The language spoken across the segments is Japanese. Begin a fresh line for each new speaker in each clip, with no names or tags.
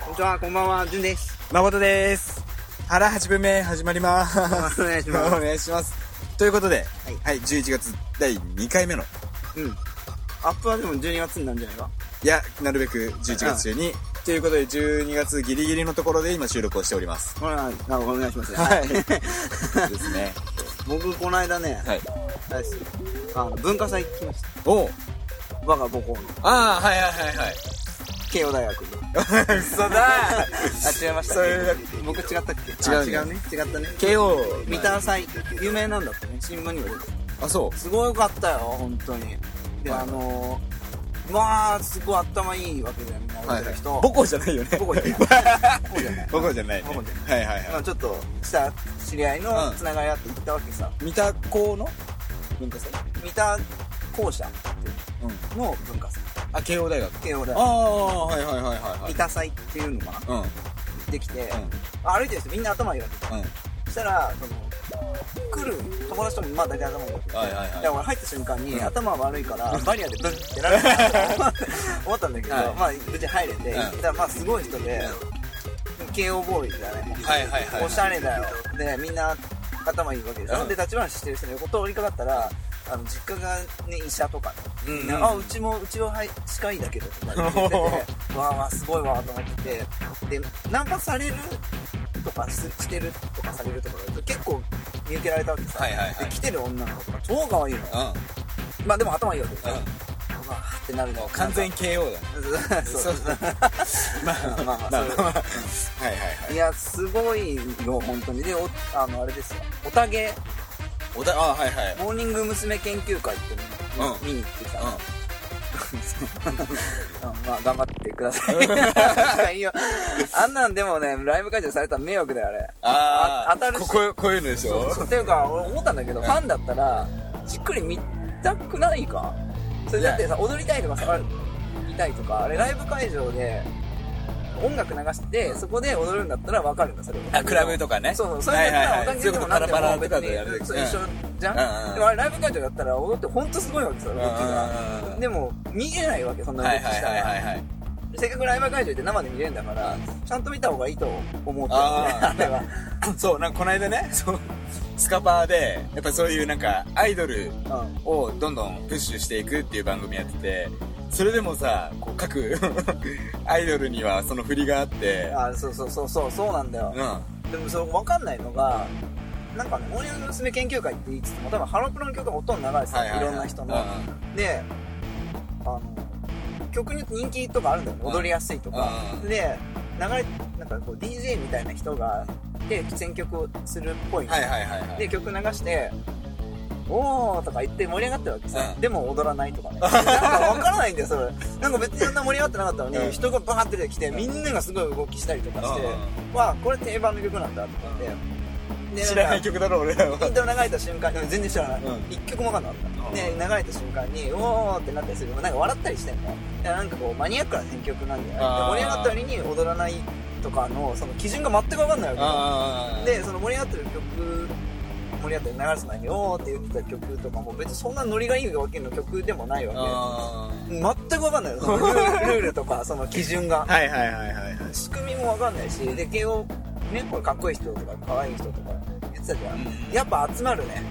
こんにちは、こんばんは、じゅんです。
誠です腹八分目始まります
お願いします
お願いしますということで、
は
はいい、11月第2回目の
うん。アップはでも12月になるんじゃないか
いやなるべく11月中にということで12月ギリギリのところで今収録をしております
ほら、あお願いし ますね。
はいですね
僕、この間ね、
はい
あれですよあの文化祭来まし
おう
た。我が母校の
ああはいはいはいはい
慶応大学に。
嘘だ
あ、違いま
それだ
僕違ったっけ
違う
あ
ね
違うね。違ったね。
慶応
三田祭、有名なんだってね、新聞にも出てた
あそう
すごかったよ、本当に。で、
はい
あのー、まあ、すごい頭いいわけじゃん、みんな
は
俺
い
たち
母
と。
校じゃないよね
母校じゃ ない母校じゃない
母校じゃないね
母校じゃな
はいはい
ま
は
あ、ちょっとした知り合いの
うん
つながりあって行ったわけさ、
い三田校の文化祭
三田校舎の文化祭
あ慶応大学
慶応
あ
だ
あはいはいはいはいはい
三田祭っていうのかな
うんうん
できて、歩いてる人みんな頭いいわけ
うん
そしたらその来る友達ともまあ大体頭いいわけ
はいはいはい
いや俺入った瞬間に、
うん
頭悪いからバリアでブンって なるかなと思って思ったんだけど、
はい
まあ無事入れて、
うん
行ったらまあすごい人で、慶応ボーイだね、
はいはいはい
おしゃれだよでみんな頭いいわけでしょ、
うん
で立ち話してる人の横通りかかったらあの実家が、ね、医者とか、
う
ね
んうん
あうちもうちははい歯科医だけどとか言 っててわあわあすごいわあと思っててでナンパされるとかすしてるとかされるとかだと結構見受けられたわけさ、
はいはいはい
で来てる女の子とか超可愛いの
うん
まあでも頭いいわけでしょ、
うん
わあってなるのを
完全 KO だ
そう
そうまあ
まあまあ
まあ
そう
まあはいはいはいい
やすごいよ本当にでおあのあれですよおたげ
おだあはいはい
モーニング娘。研究会っていうのを
うん
見に行ってた、
うん
うん まあ頑張ってくださいいいよあんなんでもねライブ会場されたら迷惑だよあれ
あ
あ
あ
当たるし
ここうこういうのでしょ
そうっていうか俺思ったんだけどファンだったらじっくり見たくないかそれだってさ踊りたいとかさ見たいとかあれライブ会場で音楽流してそこで踊るんだったら分かるんだそれ
あクラブとかね
そうそうそれだったら
はいはいはい
お互いでもなんで
そういう
も
ことパラパラとかでやる
別にそう
うん
一緒じゃ
うんうん
ん
うん
でもあれライブ会場だったら踊って本当すごいわけさ動き
うんうん
が
うん
でも見えないわけそんな動
は
き
いはい
した
はいはい
ら
はい
せっかくライブ会場で生で見れるんだからちゃんと見た方がいいと思ってるねあ
あ
れは
そうなんかこの間ねそうスカパーでやっぱそういうなんかアイドル
うん
をどんどんプッシュしていくっていう番組やっててそれでもさこう各 アイドルにはその振りがあって
あそうそうそうそうそうなんだよ
うんは
でもそれ分かんないのがなんかねモーニング娘。研究会って言いつつも多分ハロプロの曲がほとんど流れて
い
た
は
の
いは
い
い
ろんな人
う
のであの曲に人気とかあるんだよ
うん
踊りやすいとか
うんうん
で流れなんかこう DJ みたいな人がで選曲をするっぽい
はいはいはいはい
で曲流して「おー」とか言って盛り上がってるわけさ、
うん
でも踊らないと かねなんか分からないんだよそれなんか別にそんな盛り上がってなかったのに、
うん
人がバーって出てきてみんながすごい動きしたりとかして、
う
わあこれ定番の曲なんだと思ってで
知らない
んか
曲だろ俺らは
イントロ流れた瞬間全然知らない、
うん
一曲も分かんなかった、
うん
で流れた瞬間におーってなったりするけどなんか笑ったりしてんのいやなんかこうマニアックな選曲なんだよねで
あー
盛り上がった割に踊らないとかのその基準が全く分かんないわ
あ
け
あ
でその盛り上がってる曲盛り上がってる流れてたのにおーって言ってた曲とかも別にそんなノリがいいわけの曲でもないわ
あ
け全く分かんないのそのルールルールとかその基準が
あはいはいはいはいはい
仕組みもわかんないしで慶応ねこれかっこいい人とか可愛い人とか言ってたじゃん、
うん
やっぱ集まるね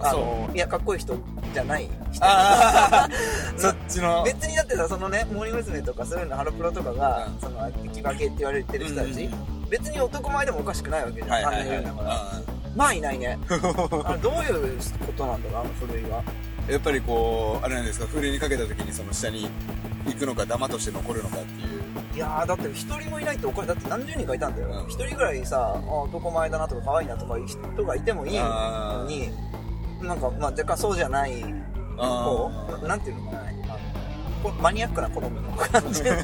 あ
あ
そう
のいやかっこいい人じゃない人
ああそっち の
別にだってさそのねモーニング娘。とかそういうのハロプロとかが、
うん
そのキバ系って言われてる人たち、
うん
別に男前でもおかしくないわけじゃん、
はい
あ
はい
んな
はい
るんだから、まあいない ねあれどういうことなんだろうあの古いは
うんやっぱりこうあれなんですかふるいにかけた時にその下に行くのかダマとして残るのかっていう
いやーだって一人もいないっておかしいだって何十人かいたんだよ
うん
一、人ぐらいさあ男前だなとか可愛いなとかいう人がいてもいいの
あー
になんかまあ若干そうじゃない方
あ
なんていうのかなあのこマニアックな好みの感じの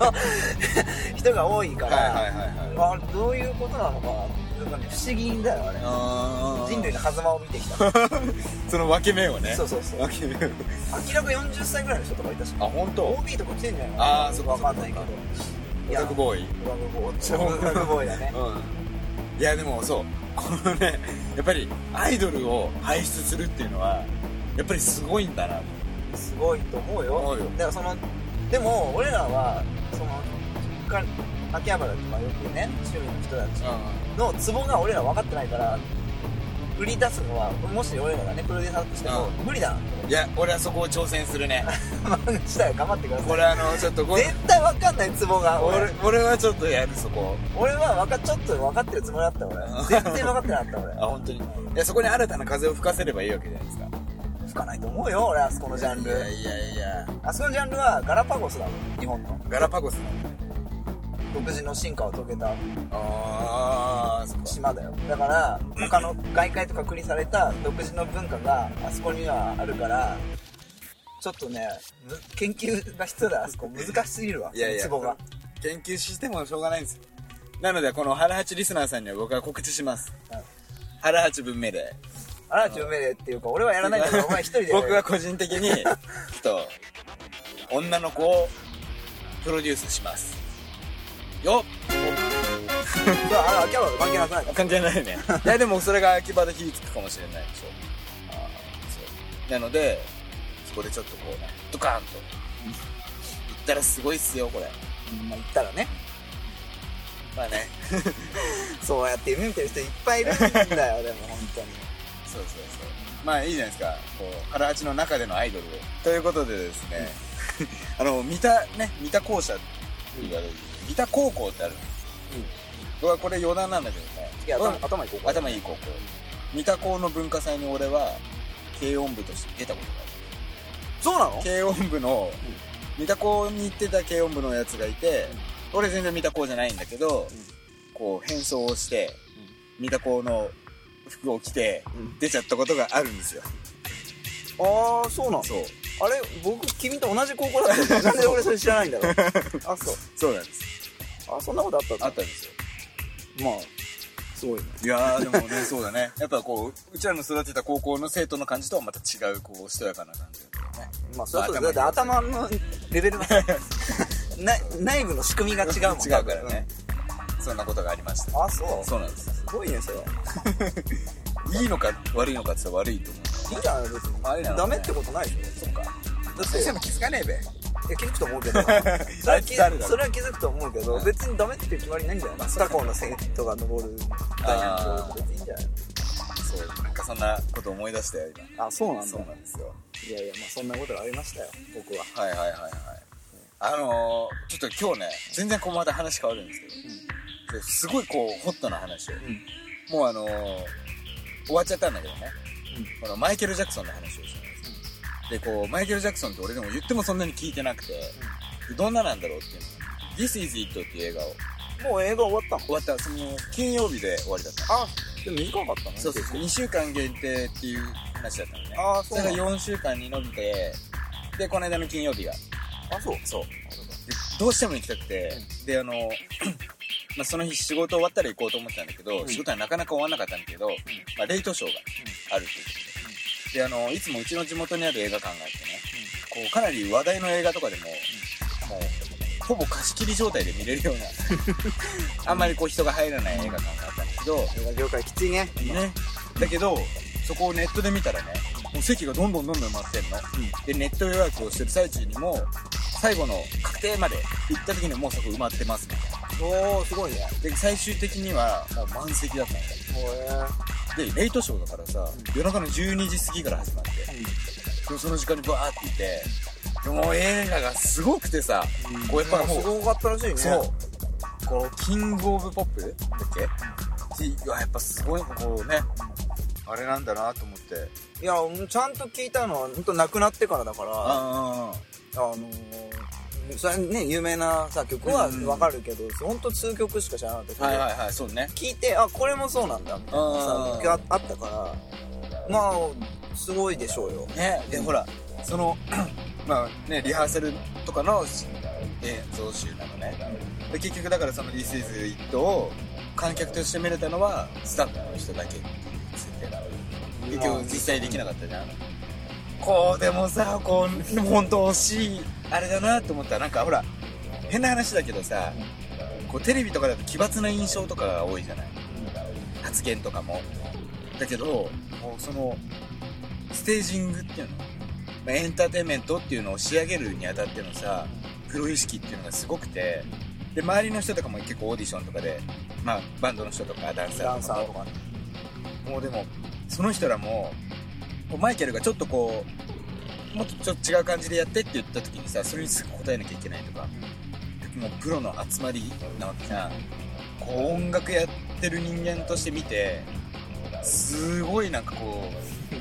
人が多いか
あ
ら、
はいはいはいはい
あどういうことなのかなってなんかね不思議だよあれ
あ
人類の狭間を見てきた
その分け目をね
そうそうそう
分け目を
明らか40歳ぐらいの人とかいたし
あ本当
OB とか来てんじゃない
あーそっか
わ
そっか
かんないけどい
オ
や
タクボーイ
オタクボーイオタクボーイだね
うんいやでもそうこのねやっぱりアイドルを輩出するっていうのはやっぱりすごいんだな
すごいと思うよ
思うよ
だからそのでも俺らはその実家秋葉原とかよくね周囲の人たちのツボが俺ら分かってないから売り出すのはもし俺らがねプロデューサーとしても無理だなと
いや俺はそこを挑戦するね
思って漫画時代は頑張ってくださ
これあのちょっと
い
こ
絶対分かんないツボが
俺
俺
俺はちょっとやるそこ
俺はわかちょっと分かってるつもりだった俺
うん
全然分かってなかった俺
あ本当にいやそこに新たな風を吹かせればいいわけじゃないですか
吹かないと思うよ俺あそこのジャンル
いやいやいや
あそこのジャンルはガラパゴスだもん日本の
ガラパゴスなんだ
独自の進化を遂げた
ああそっか
島だよだから他の外界と隔離された独自の文化があそこにはあるからちょっとねむ研究が必要だよあそこ難しすぎるわ
いやいや
ツボが
研究してもしょうがないんですよなのでこの「ハラハチ」リスナーさんには僕は告知します
はい
「ハラハチ文明で
あらちゅうめでっていうか俺はやらないからお前一人で
僕は個人的にちょっと女の子をプロデュースしますよ
そうあら秋葉原と関係なくないか
関係ない ねいやでもそれが秋葉で火つくかもしれないでしょあーそうなのでそこでちょっとこうねドカーンと言ったらすごいっすよこれ
うんまあ言ったらね
まあね
そうやって夢見てる人いっぱいいるんだよでも本当に
そうそうそうまあいいじゃないですかこう原八の中でのアイドルをということでですね、 あの三田ね三田校舎っていうか、三田高校ってあるんですよ、僕はこれ余談なんだけどね
いや
僕は
頭頭いこう
頭いい高校三田高の文化祭に俺は軽音部として出たこと
そ
が
うなの
ある軽音部の三田高に行ってた軽音部のやつがいて俺全然三田高じゃないんだけどこう変装をして三田高の服を着て
うん
出ちゃったことがあるんですよ
ああそうなの
そう
あれ僕君と同じ高校だったんだなんで俺それ知らないんだ ろうあそう
そうなんです
あそんなことあったん
あ
だ
ったんですよ
まあすごいね
いやー でもねそうだねやっぱこううちらの育てた高校の生徒の感じとはまた違うこうしとやかな感じだったよね
まあそれはそうだよだって頭のレベルが な内部の仕組みが 違うもん
違うからね、そんなことがありました
うんあそうす
そうなんです
ごいねそれ
いいのか悪いのかって言ったら悪いと思
いいじゃない別
あいいな
にダメってことないでしょそっかだ
う
って
気づかねえべ
いや気づくと思うけ どそれ
あ
はい
つ
気
誰だろう
それは気づくと思うけど別にダメっていう決まりないんじゃない
まあ
不可抗の生徒が登る大
あ
学別にいいんじゃない
そうなんかそんなこと思い出したよ
あそう
今そうなんですよ
いやいやまあそんなことがありましたよ僕は
はいはいはいはいあのー、ちょっと今日ね全然こうまた話変わるんですけど、ですごいこうホットな話を、
ん
もうあのー、終わっちゃったんだけどね、
う
このマイケル・ジャクソンの話をしたんですよ、でこうマイケル・ジャクソンって俺でも言ってもそんなに聞いてなくて、でどんななんだろうっていうの「This is It」っていう映画を
もう映画終わったの
終わったその金曜日で終わりだった
あでも短かったね
そうそうそう2週間限定っていう話だったのね
あーそう
れ
な
が
の
4週間に伸びてでこの間の金曜日が
あそう
そうどうしても行きたくて、であの まあその日仕事終わったら行こうと思ってたんだけど、
うん
仕事はなかなか終わんなかったんだけど、まあ、レイトショーがあるっていうことで、であのいつもうちの地元にある映画館があってね、こうかなり話題の映画とかでも、もうほぼ貸し切り状態で見れるような あんまりこう人が入らない映画館があったんだけど、
映画業界きついね
ね、だけどそこをネットで見たらねもう席がどんどんどんどん埋まってんの、でネット予約をしてる最中にも最後の確定まで行った時にはもうそこ埋まってますみたいな
おおすごいね
で最終的にはもう満席だったんだ
へえ
でレイトショーだからさ、夜中の12時過ぎから始まってでもその時間にバーっていてでもう映画がすごくてさ、こうやっぱもう
すごかったらしいね
そう。このキングオブポップだっけいや、やっぱすごい、こうね。あれなんだなと思って。
いやもうちゃんと聞いたのは本当亡くなってからだからあ
あ
のー、それね有名なさ曲は
うん
わかるけど、本当数曲しか知らなかったけど、
はいはいはい、そうね。
聞いてあこれもそうなんだみたいな
うん
さがあったからまあすごいでしょうよ
ね、で、ほら、その、 まあね、リハーサルとかのし映像集なのね。で結局だからその This is It を観客として見れたのはスタッフの人だけっていう設定なので結局実際できなかったじゃんこうでもさこう本当惜しいあれだなと思ったらなんかほら変な話だけどさこうテレビとかだと奇抜な印象とかが多いじゃない発言とかもだけどもうそのステージングっていうの、まあエンターテインメントっていうのを仕上げるにあたってのさプロ意識っていうのがすごくてで周りの人とかも結構オーディションとかで、まあ、バンドの人とかダンサ
ダ
ー
ン
と
サ
か
ーと
も
かね
もうでもその人らもこうマイケルがちょっとこうもっとちょっと違う感じでやってって言った時にさそれにすぐ答えなきゃいけないとかもうプロの集まりなわけじゃんこう音楽やってる人間として見てすごいなんかこう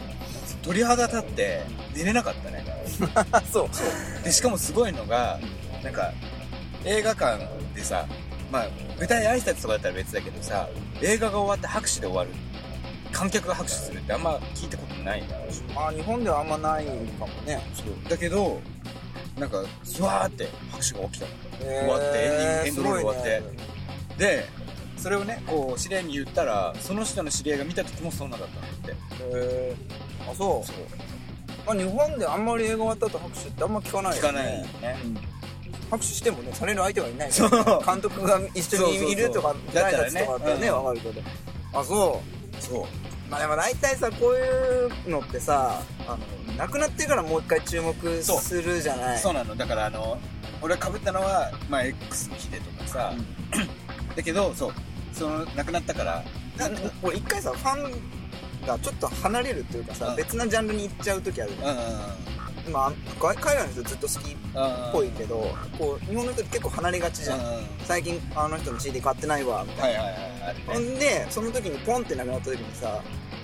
鳥肌立って寝れなかったね
あそう
でしかもすごいのがなんか映画館でさまあ舞台挨拶とかだったら別だけどさ映画が終わって拍手で終わる観客が拍手するってあんま聞いたことない
あ日本ではあんまないかもね
そうだけどなんかスワーって拍手が起きたの
終
わってエンディングエンドロール終わって
すごいね
でそれをねこう知り合いに言ったらその人の知り合いが見た時もそうなかったんだって
へーあそう
そう
まあ、日本であんまり映画終わった後拍手ってあんま聞かない
聞
よ
かないよ
ね
ね
拍手してもねされる相手がいない
そう
監督が一緒にいるとか
そうそ
舞
うそう
台挨拶とかだったらね
だった
分かるけどあそ
そう
うまあでも大体さこういうのってさあのなくなってからもう一回注目
そう
するじゃない
そうなのだからあの俺かぶったのは、まあ、X のヒデとかさ、 だけどそうその亡くなったから
な俺一回さファンがちょっと離れるっていうかさ、
うん
別なジャンルに行っちゃう時あるじゃん
う
今海海外の人ずっと好きっ
ん
ぽいけどこう日本の人って結構離れがちじゃん、
うん
最近あの人の CD 買ってないわみたいな、
はいはいはいある
ほ
ね
んでその時にポンってなくなった時にさ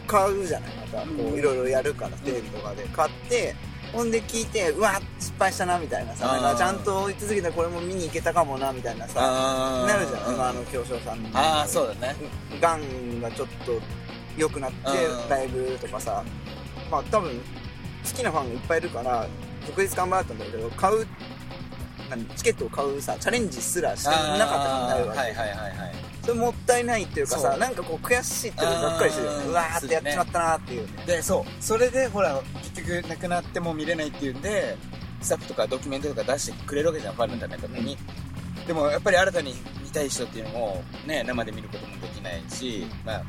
買うじゃないまたこ
う
うんいろいろやるからテレビとかで買ってほんで聞いてうわ失敗したなみたいなさ
あ
な
ー
んかちゃんと言い続けたらこれも見に行けたかもなみたいなさ
あー
なるじゃん
うん
今あの京翔さんの
ああそうだね
がんがちょっと良くなって
うん
ライブとかさまあ多分好きなファンがいっぱいいるから特別頑張ったんだけど買う何チケットを買うさチャレンジすらしてなかったから
あ
な
ー
いわけ
はいはいはいはい
それもったいないっていうかさ
そう
なんかこう悔しいっていうかがっかりするよね
あー
うわーってやっちまったなーっていうね
でそうそれでほら結局亡くなっても見れないっていうんでスタッフとかドキュメントとか出してくれるわけじゃんファンのためために、でもやっぱり新たに見たい人っていうのもね生で見ることもできないしまあ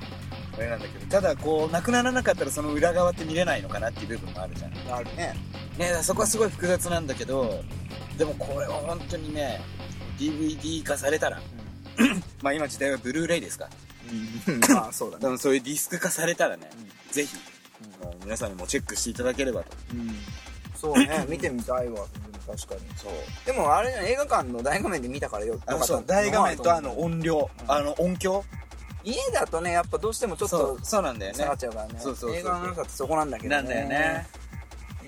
あれなんだけどただこう亡くならなかったらその裏側って見れないのかなっていう部分もあるじゃんね
あるね
だからそこはすごい複雑なんだけどでもこれは本当にね DVD 化されたらまあ今時代はブルーレイですか
うん まあそうだ
多
ね
分そういうディスク化されたらね、ぜひ、もう皆さんにもチェックしていただければと
そうね見てみたいわ確かに
そう
でもあれじゃん映画館の大画面で見たからよよかっ
あの
た
そう大画面とあの
ま
音量、
うん
あの音響
家だとねやっぱどうしてもちょっ
そ
と
うそうなんだよね
下がっちゃうからね
そうそうそうそう
映画の良さってそこなんだけどね
なんだよね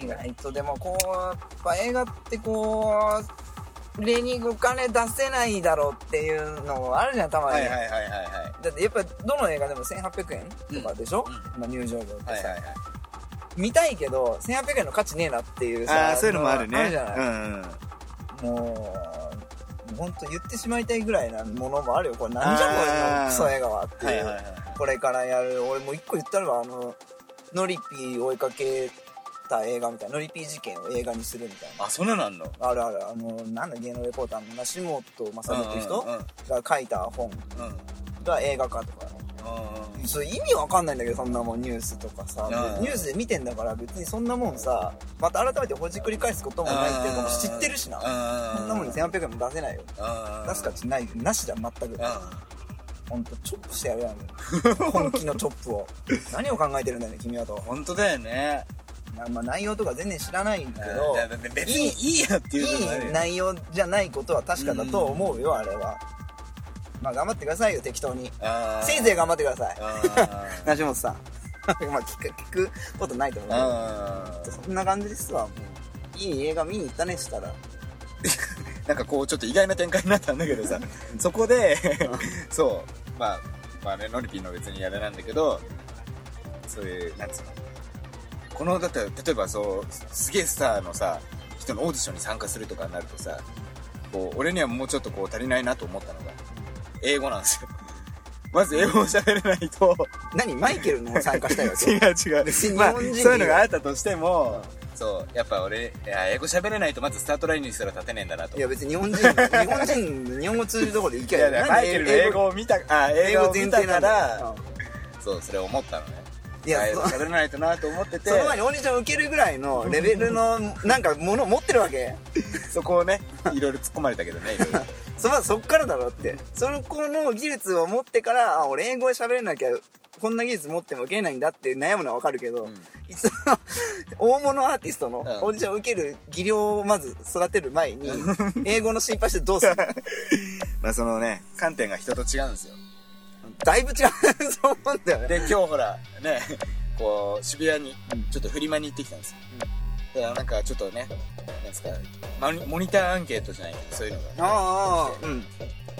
意外とでもこうやっぱ映画ってこう例にお金出せないだろうっていうのもあるじゃんたまに、
はいはいはいはいはい
だってやっぱどの映画でも1800円とかでしょ、まあ入場料ってさ、
はいはいはい
見たいけど1800円の価値ねえなっていうさ
ああそういうのもあるね
あるじゃない、
うんうん
もう本当言ってしまいたいぐらいなものもあるよこれなんじゃこれ
あー
のクソ映画はっていう、
はいはいはい
これからやる俺もう一個言ったのはあのノリピー追いかけた映画みたいなノリピー事件を映画にするみたいな
あそんなのあんの
あるあるあのなんだ芸能レポーターの梨本正人っていう
うんうんうん
人が書いた本
うんうん
が映画化とかねそれ意味わかんないんだけどそんなもんニュースとかさ
うん
ニュースで見てんだから別にそんなもんさまた改めてほじくり返すこともないっていうかもう知ってるしなそんなもんに1800円も出せないよ出す価
ち
値ないなしだ全くほんとチョップしてや るやん本気のチョップを何を考えてるんだよね君はと
本当だよね
なまあ内容とか全然知らないんだけ
うん
ど
だから別にいいやっていうのもある
いい
よ
内容じゃないことは確かだと思うよあれはまあ頑張ってくださいよ適当に
あー
せいぜい頑張ってください
あー
梨本さん まあ聞く聞くことないと思うけど
あー
そんな感じですわもういい映画見に行ったねしたら
なんかこうちょっと意外な展開になったんだけどさそこでそうまあまあねノリピーの別にあれなんだけどそういうなんつうのこのだって例えばそうすげえスターのさ人のオーディションに参加するとかになるとさこう俺にはもうちょっとこう足りないなと思ったのが英語なんですよまず英語も喋れないと、
何マイケルの参加したいわけ
違う違う。
別に
まあ、
日
そう
本人
いうのがあったとしても、そう、やっぱ俺、いや英語喋れないとまずスタートラインにすら立てねえんだなと。
いや別に日本人日本人日本語通じるところで行きゃいい
いや
のに
マイケルの英語を見た、あ、
英
映
語
画を
前
見
提
た
な
か
んだよ
ら、そう、それ思ったのね。
いや
あ英語喋れないとなと思ってて
そ、の前にお兄ちゃん受けるぐらいのレベルのなんかもの持ってるわけ
そこをね、いろいろ突っ込まれたけどね、いろいろ。
そまずそっからだろってその子の技術を持ってからあ俺英語で喋れなきゃこんな技術持っても受けないんだって悩むのはわかるけど、
うん
いつも 大物アーティストの
うん
オーディションを受ける技量をまず育てる前に英語の心配してどう するの
まあそのね、観点が人と違うんですよ。
だいぶ違うそう思うんだよね
で、今日ほら、ね、こう、渋谷に、ちょっとフリマに行ってきたんですよ。だからなんかちょっとね、なんですか、マニモニターアンケートじゃないけど、そういうのが。
ああうん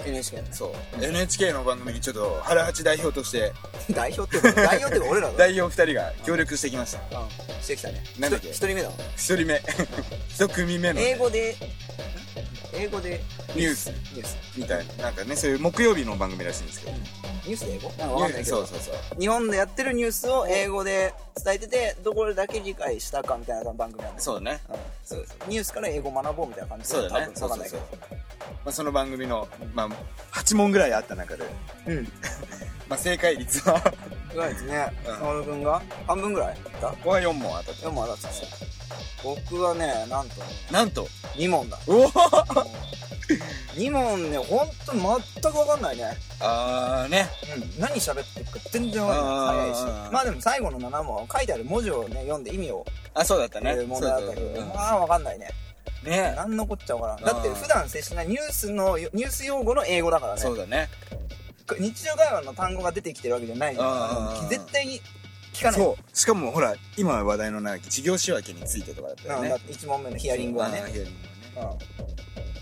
NHK の
そう。NHK の番組にちょっと、原八代表として、
代表ってこと代表ってこと俺らだ
代表二人が協力してきました。
うんしてきたね
なんだっけ
一人目だわ
一 人目、一組目のね、
英語でん英語で
ニュース
ニュース
みたいな。なんかね、そういう木曜日の番組らしいんですけど。
ニュースで英語なんかわかんないけど
そうそうそう。
日本でやってるニュースを英語で伝えててどこだけ理解したかみたいな番組なんです
そうね。
そうニュースから英語学ぼうみたいな感じ
そうだ
多
ね。
分
そう
わかんな
そう
いけ
そう
ど。
まあ、その番組の、まあ、8問ぐらいあった中で、
うん
まあ、正解率は、
ぐらいですね
うん
薫、君が半分ぐらいだ
ここは4問当たった
4問当たってたんですよ僕はねなんと
なんと
2問だ
おお
2問ねほんと全くわかんないね
あーね
うん何喋ってるか全然わかんない
あー
早いしまあでも最後の7問書いてある文字をね読んで意味を
あそうだった
言
ね
う問
そう
題
だ
だ
っ
ったけ
た
ど
ね
まあわかんないね
ね
何のこっちゃわからんだって普段接しないニュースのニュース用語の英語だからね
そうだね
日常会話の単語が出てきてるわけじゃないから
うん
絶対に聞かない
そうしかもほら今話題のな事業仕分けについてとかだったよ
うん
ね
だって1問目のヒアリングはね
あーヒアリン
うん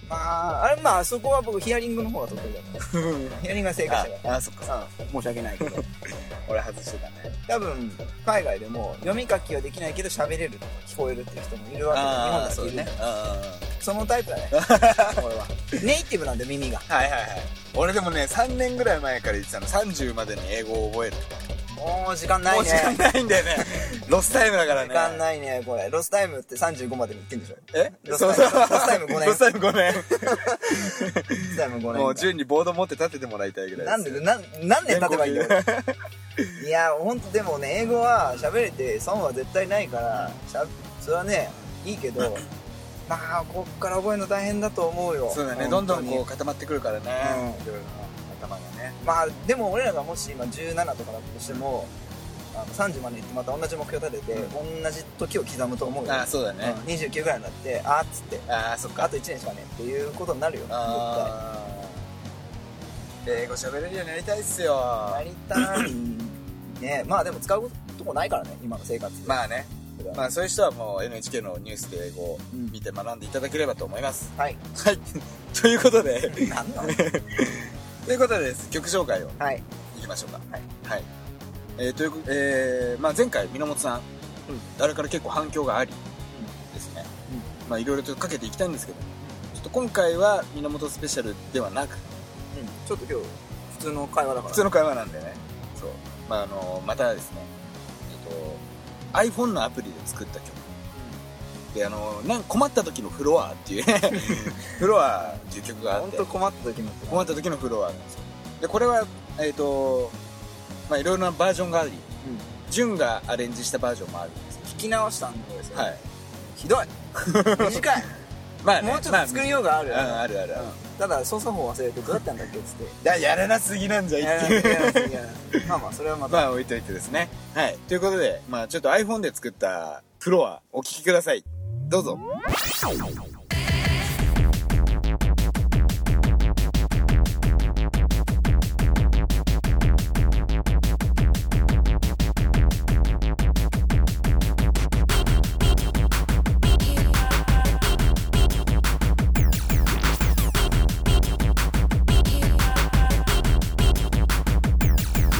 まああれまあそこは僕ヒアリングの方が得意だから
グはね
ヒアリングが正解
あ
者だか
あーそっかそっから
うん申し訳ないけど
俺外してた ね
多分海外でも読み書きはできないけど喋れるとか聞こえるっていう人もいるわけで日本
あ
だ
あ
って
そ
いうる
ねあ
そのタイプだ ね俺はネイティブなんで耳が
あはいはいはい俺でもね3年ぐらい前から言ってたの30までに英語を覚える
もう時間ない
も
ね
う時間ないんだよねロスタイムだからね
時間ないねこれロスタイムって35までに言ってんでしょ
え
ロス
そうそう
タイムロ
ロ
ス
スタイム5年
ロスタイム5
もう
年
順にボード持って立ててもらいたいぐらい
なん
す
で
よ
なん何年経てばいいんだよいや本当でもね英語は喋れて損は絶対ないからしゃそれはねいいけ どまあこっから覚えるの大変だと思うよ
そうだねど
本
んど
当
ん
に
こう固まってくるからね、
うん
いろいろな頭がね
まあでも俺らがもし今17とかだとしても、あの30まで行ってまた同じ目標立てて、同じ時を刻むと思うよ
ああそうだね、
うん29ぐらいになってあーっつって
ああそっか
あと1年しかねっていうことになるよ絶対
あー英語喋れるようになりたいっすよ
やりたい ねまあでも使うとこないからね今の生活で
まあね
普段
まあそういう人はもう NHK のニュースで英語を
うん
見て学んでいただければと思います、
はい
はいということで
何の
ということでです曲紹介を
はい
いきましょうかはい、えーというこえーまあ、前回源さん、あれから結構反響がありですね、まあいろいろとかけていきたいんですけどちょっと今回は源スペシャルではなく
うんちょっと今日普通の会話だから
普通の会話なんでねそう、まあ、あのまたですね、えっと iPhone のアプリで作った曲であのなん困った時のフロアっていうねフロアっていう曲があっ
本
て
当困った時の
困った時のフロアなんですよでこれはえっ、とまあいろいろなバージョンがあり、ジュンがアレンジしたバージョンもあるんです
聞き直したんです
け
よ
どはい
ひどい短い
まあね
もうちょっと作りようがある
まあうんあるあるある
うんただ操作法忘れてどうやったんだっけっつって
だやらなすぎなんじゃい
いや
っ
い
てい
や
う
いやいやいやまあまあそれはまた
まあ置いといてですねはいということでまあちょっと iPhone で作ったフロアお聴きくださいどうぞ
「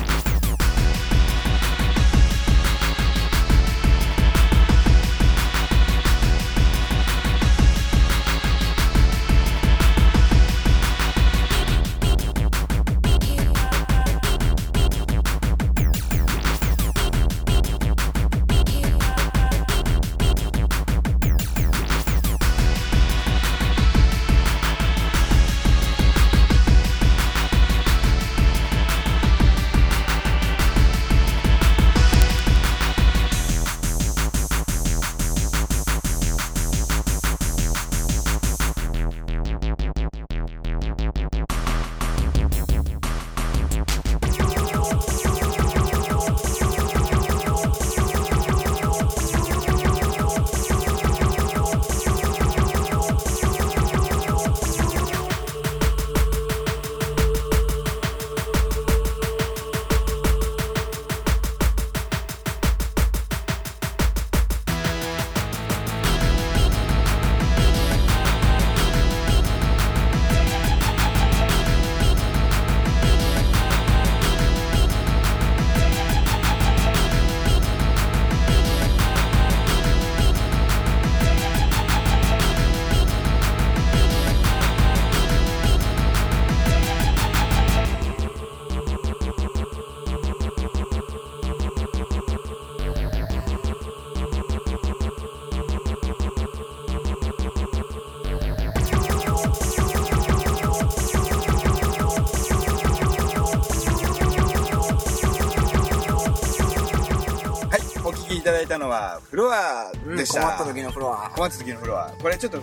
いただいたのは、フロア
うん
でした。
困った時のフロア。
困った時のフロア。これちょっと、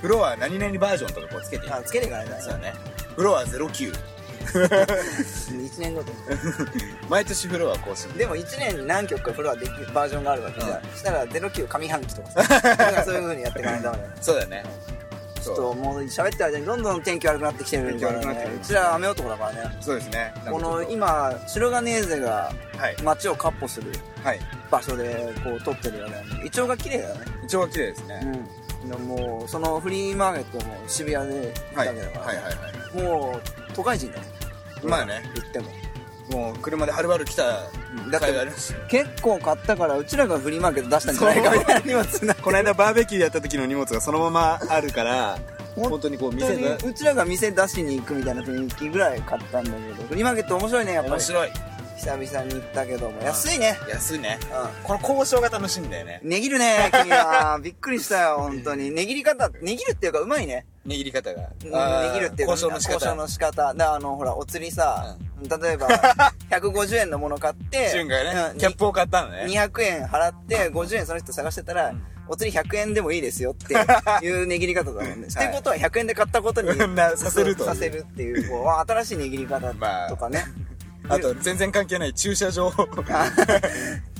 フロア何々バージョンとかこうつけていい
あ、つけてからだ
そう
よ。
だね。フロア09。
1年ごとに。
毎年フロア更新。
でも1年に何曲かフロアできるバージョンがあるわけじゃん。
う
したら09上半期とか さ。なんかそういう風にやっていかないとダメだよ。
そうだね。
ちょ
そ
っ
う。
ともう喋ってる間にどんどん天気悪くなってきてるんだよ
天気悪くなって
ね
る。
うちら雨男だからね。
そうですね。なんかちょ
こ
っと
の、今、白金ーゼが
はい。
街をカッポする
はい。
場所でこう撮ってるよね。イチョウが綺麗だよね。
一応は綺麗ですね。
うん。でももう、そのフリーマーケットも渋谷で行った
は
わ
い。
け
はい
だから。
はいはい。
もう、都会人だね。
まあね。
言っても。
もう車ではるばる来た
うんだっ
回があ
て
りました。
結構買ったからうちらがフリーマーケット出したんじゃないかみたいな荷物になって
この間バーベキューやった時の荷物がそのままあるから、本当にこう
本当
店が
にうちらが店出しに行くみたいな雰囲気ぐらい買ったんだけどフリーマーケット面白いねやっぱり
面
久
白い。
々に行ったけども安いね
安いね。この交渉が楽しいんだよね
う。ん値切るね君はびっくりした よ本当に値切り方値切るっていうかうまいね
握り方が。
うん
あー
値切るっていうか
交渉の仕
交渉。
方
の仕方だあのほらお釣りさ例 えば150円のもの買って
旬が
う
ね
ん、
キャップを買ったのね。
200円払って、50円その人探してたら、お釣り100円でもいいですよっていう値切り方だもんね。
うん
ってこと は100円で買ったことに、
なさせると
させるっていう、こう、わ新しい値切り方と かね。
あと、全然関係ない駐車 場。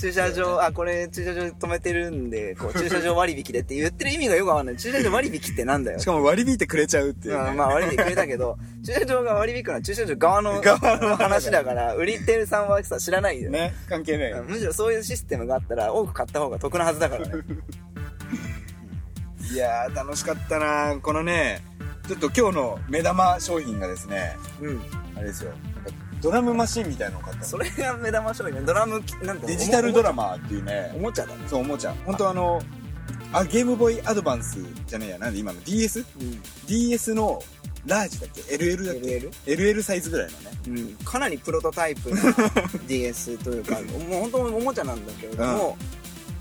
駐車場、あ、これ駐車場止めてるんで、こう、駐車場割引でって言ってる意味がよくわかんない。駐車場割引ってなんだよ
し。かも割り引いてくれちゃうっていうね。
うん、まあ割引くれたけ ど、駐車場が割引くのは駐車場 側の
側の
話だから、売り手さんはさ、知らないよ。
ね、関係ない。
むしろそういうシステムがあったら、多く買った方が得なはずだからね。
いやー、楽しかったなーこのね、ちょっと今日の目玉商品がですね、
うん。
あれですよ、ドラムマシンみたいなのを買った
そ
の。
れが目玉商品ね。ドラム、なんて
デジタルド
ラ
ラマーっていう
お
ね、
もちゃだね。
そう、おもちゃ。本当あの、あ、ゲームボーイアドバンスじゃねえや、なんで今の DS?DS
うん。
のラージだっけ ?LL だっけ
LL?
?LL サイズぐらいのね。
うん。かなりプロトタイ プな DS というか、もう本当におもちゃなんだけれども、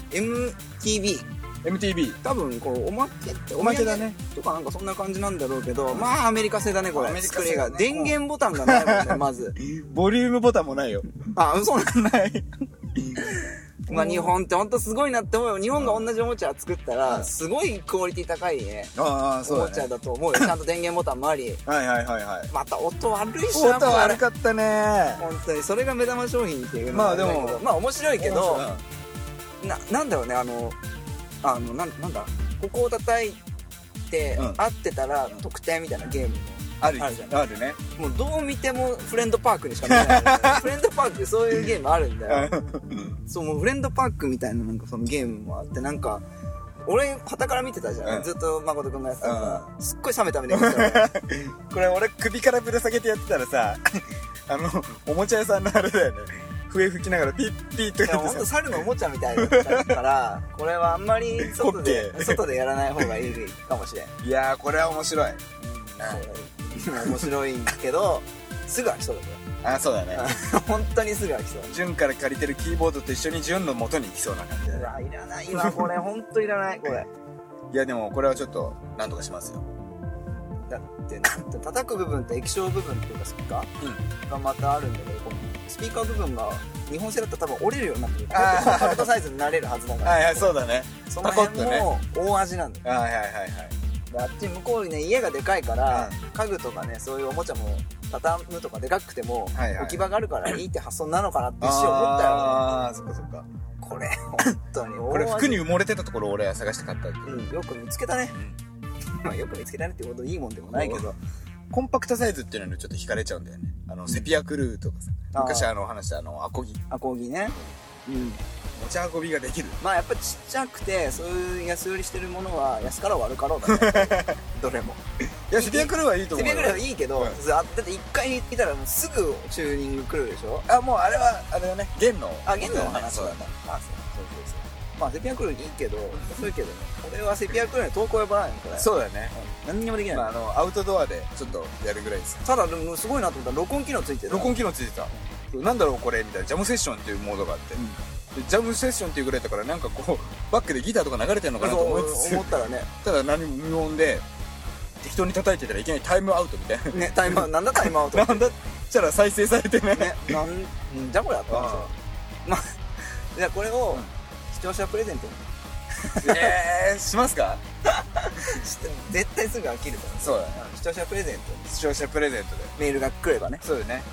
MTB。
MTB。
多分、こう、おまけって、
おまけだね。
とかなんかそんな感じなんだろうけど、まあアメリカ製だね、これ。
アメリカ製
作り
だ
が。
ね
電源ボタンがないもん ね、まず。
ボリュームボタンもないよ。
あ、嘘なんだ。
ない。
まあ日本って本当すごいなって思うよ。日本が同じおもちゃ作った
う
ら、
ん
すごいクオリティ高いね。
ああ、
お
そ
も
う
ち
だ
ゃ
ね。
だと思うよ。ちゃんと電源ボタンもあり。
はいはいはいはい。
また音悪いしな、こ
音
れ
悪かったねー。
本当にそれが目玉商品っていうの
まあでも
なんだけどまあ面白いけど
うん
ななんだろうねあのあのなんなんだここを叩いて、
うん
合ってたら得点みたいなゲーム
ある
あるじゃ
あるね。
もうどう見てもフレンドパークにしか見え ないフレンドパークってそういうゲームあるんだよそうもうフレンドパークみたいななんかそのゲームもあってなんか俺傍から見てたじゃん、
うん
ずっと誠君がやってたから、すっごい冷めた目で見てたから
これ俺首からぶら下げてやってたらさ、 あの、おもちゃ屋さんのあれだよね。笛吹きながらピッピッと
いや
やって
ほんと
さ。
猿のおもちゃみたいだった からこれはあんまり外で
ホッケー
外でやらない方がいいかもしれん
いやー、これは面白い。
面白いんですけどすぐ飽きそうだ
あ、そうだね。
ね本当にすぐ飽きそう
純から借りてるキーボードと一緒に純の元に行きそうな感じだ
う
ね。
わいらないわこれ本当いらないこれ
いや、でもこれはちょっと、なんとかしますよ。
だってなんて叩く部分と液晶部分っていうかスピーカーがまたあるんだけどこのスピーカー部分が日本製だったら多分折れるようになってる
あー
パケットサイズになれるはずだから
はいはい、そうだね。
その辺
パコ
も大味なんだよ
はいはいはいはい。
であっち向こうにね家がでかいから
う
家具とかねそういうおもちゃも畳むとかでかくても
はいはい
置き場があるからいいって発想なのかなって一瞬思ったよ
あー、そっかそっか。
これ本当に
これ
大味
服に埋もれてたところを俺は探して買ったっていう
うん、よく見つけたね。まあ、よく見つけたねってこといいもんでもないけど。
コンパクトサイズっていうのにちょっと惹かれちゃうんだよね。あの、セピアクルーとかさ。
あー
昔あの話したあの、アコギ。
アコギね。うん。
持ち運びができる。
まあ、やっぱちっちゃくて、そういう安売りしてるものは安から悪かろうだね。 どれも。
いや、セピアクルーはいいと
セ
思う
ミ
よ。
ぐらいはいいけど、
うん
だって一回いたらもうすぐチューニング来るでしょ
あ、もうあれは、あれだね。弦の。
あ、現の話
そう
だ
だ
っ
ね。
た。あ、そうそうそうそう。まあ、セピアクルーいいけど、そういうけどね。俺はセピアクルーに投稿呼ばないの、これ。
そうだね。
うん。何にもできない。
まあ、あの、アウトドアでちょっとやるぐらいです。
ただ、でもすごいなと思ったら、録音機能ついてる。
録音機能ついてた。なんだろうこれみたいな。ジャムセッションっていうモードがあって。でジャムセッションっていうぐらいだから、なんかこう、 バックでギターとか流れてるのかなと思いつ
そう
つ
思、ったらね、
ただ何も無音で、適当に叩いてたらいきなりタイムアウトみたい
ね、タイマー、なんだタイマーをと
な。なんだしたら再生されてね。
ね、なん、んじゃこれやったんですよ。まあ、じゃあこれを、視聴者プレゼント
えー、しますか
して絶対すぐ飽きるから
そうだね。
視聴者プレゼント
視聴者プレゼントで。
メールが来ればね、
そうだね。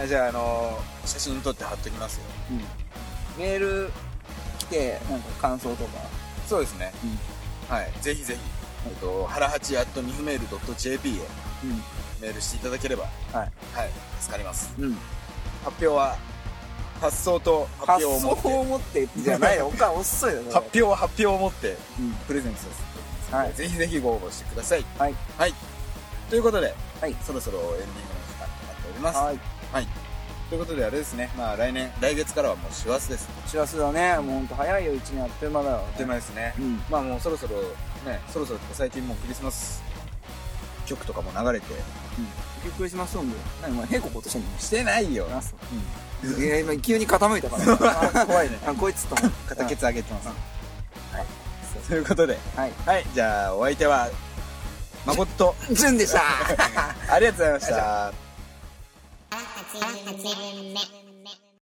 あじゃあ、あのー写真撮って貼っときますよ。
メール来てなんか感想とか
そうですね。
うん
はい。ぜひぜひ、えっと、原八 at ミフメール .jp へ
う
メールしていただければ、
はい。
はい。助かります。
んうん
発表は、発想と
発
発表
想
を持って、
を持ってじゃないよおかん遅いよ
発表は発表を持って、
うん
プレゼントさせていただきます
はい
ぜひぜひご応募してください。
はい。
はい。ということで、
はい
そろそろエンディングの時間となっております。
はい
ということで、あれですね、まあ来年、来月からはもう師走です。
知らせだねもうほんと早いよ一年あっという間だよ
あっという間ですね。
うん
まあもうそろそろ、ね、そろそろ最近もうクリスマス曲とかも流れて。
びっくりしましたもんで何お前へこことしてんの
してないよ
あそういや今急に傾いたから怖いねあこいつと思う
片ケツ上げてます。
うん
ということで、
はい
はい、じゃあお相手は、 誠と、
ズンでした
ありがとうございました。
あはちゆめ。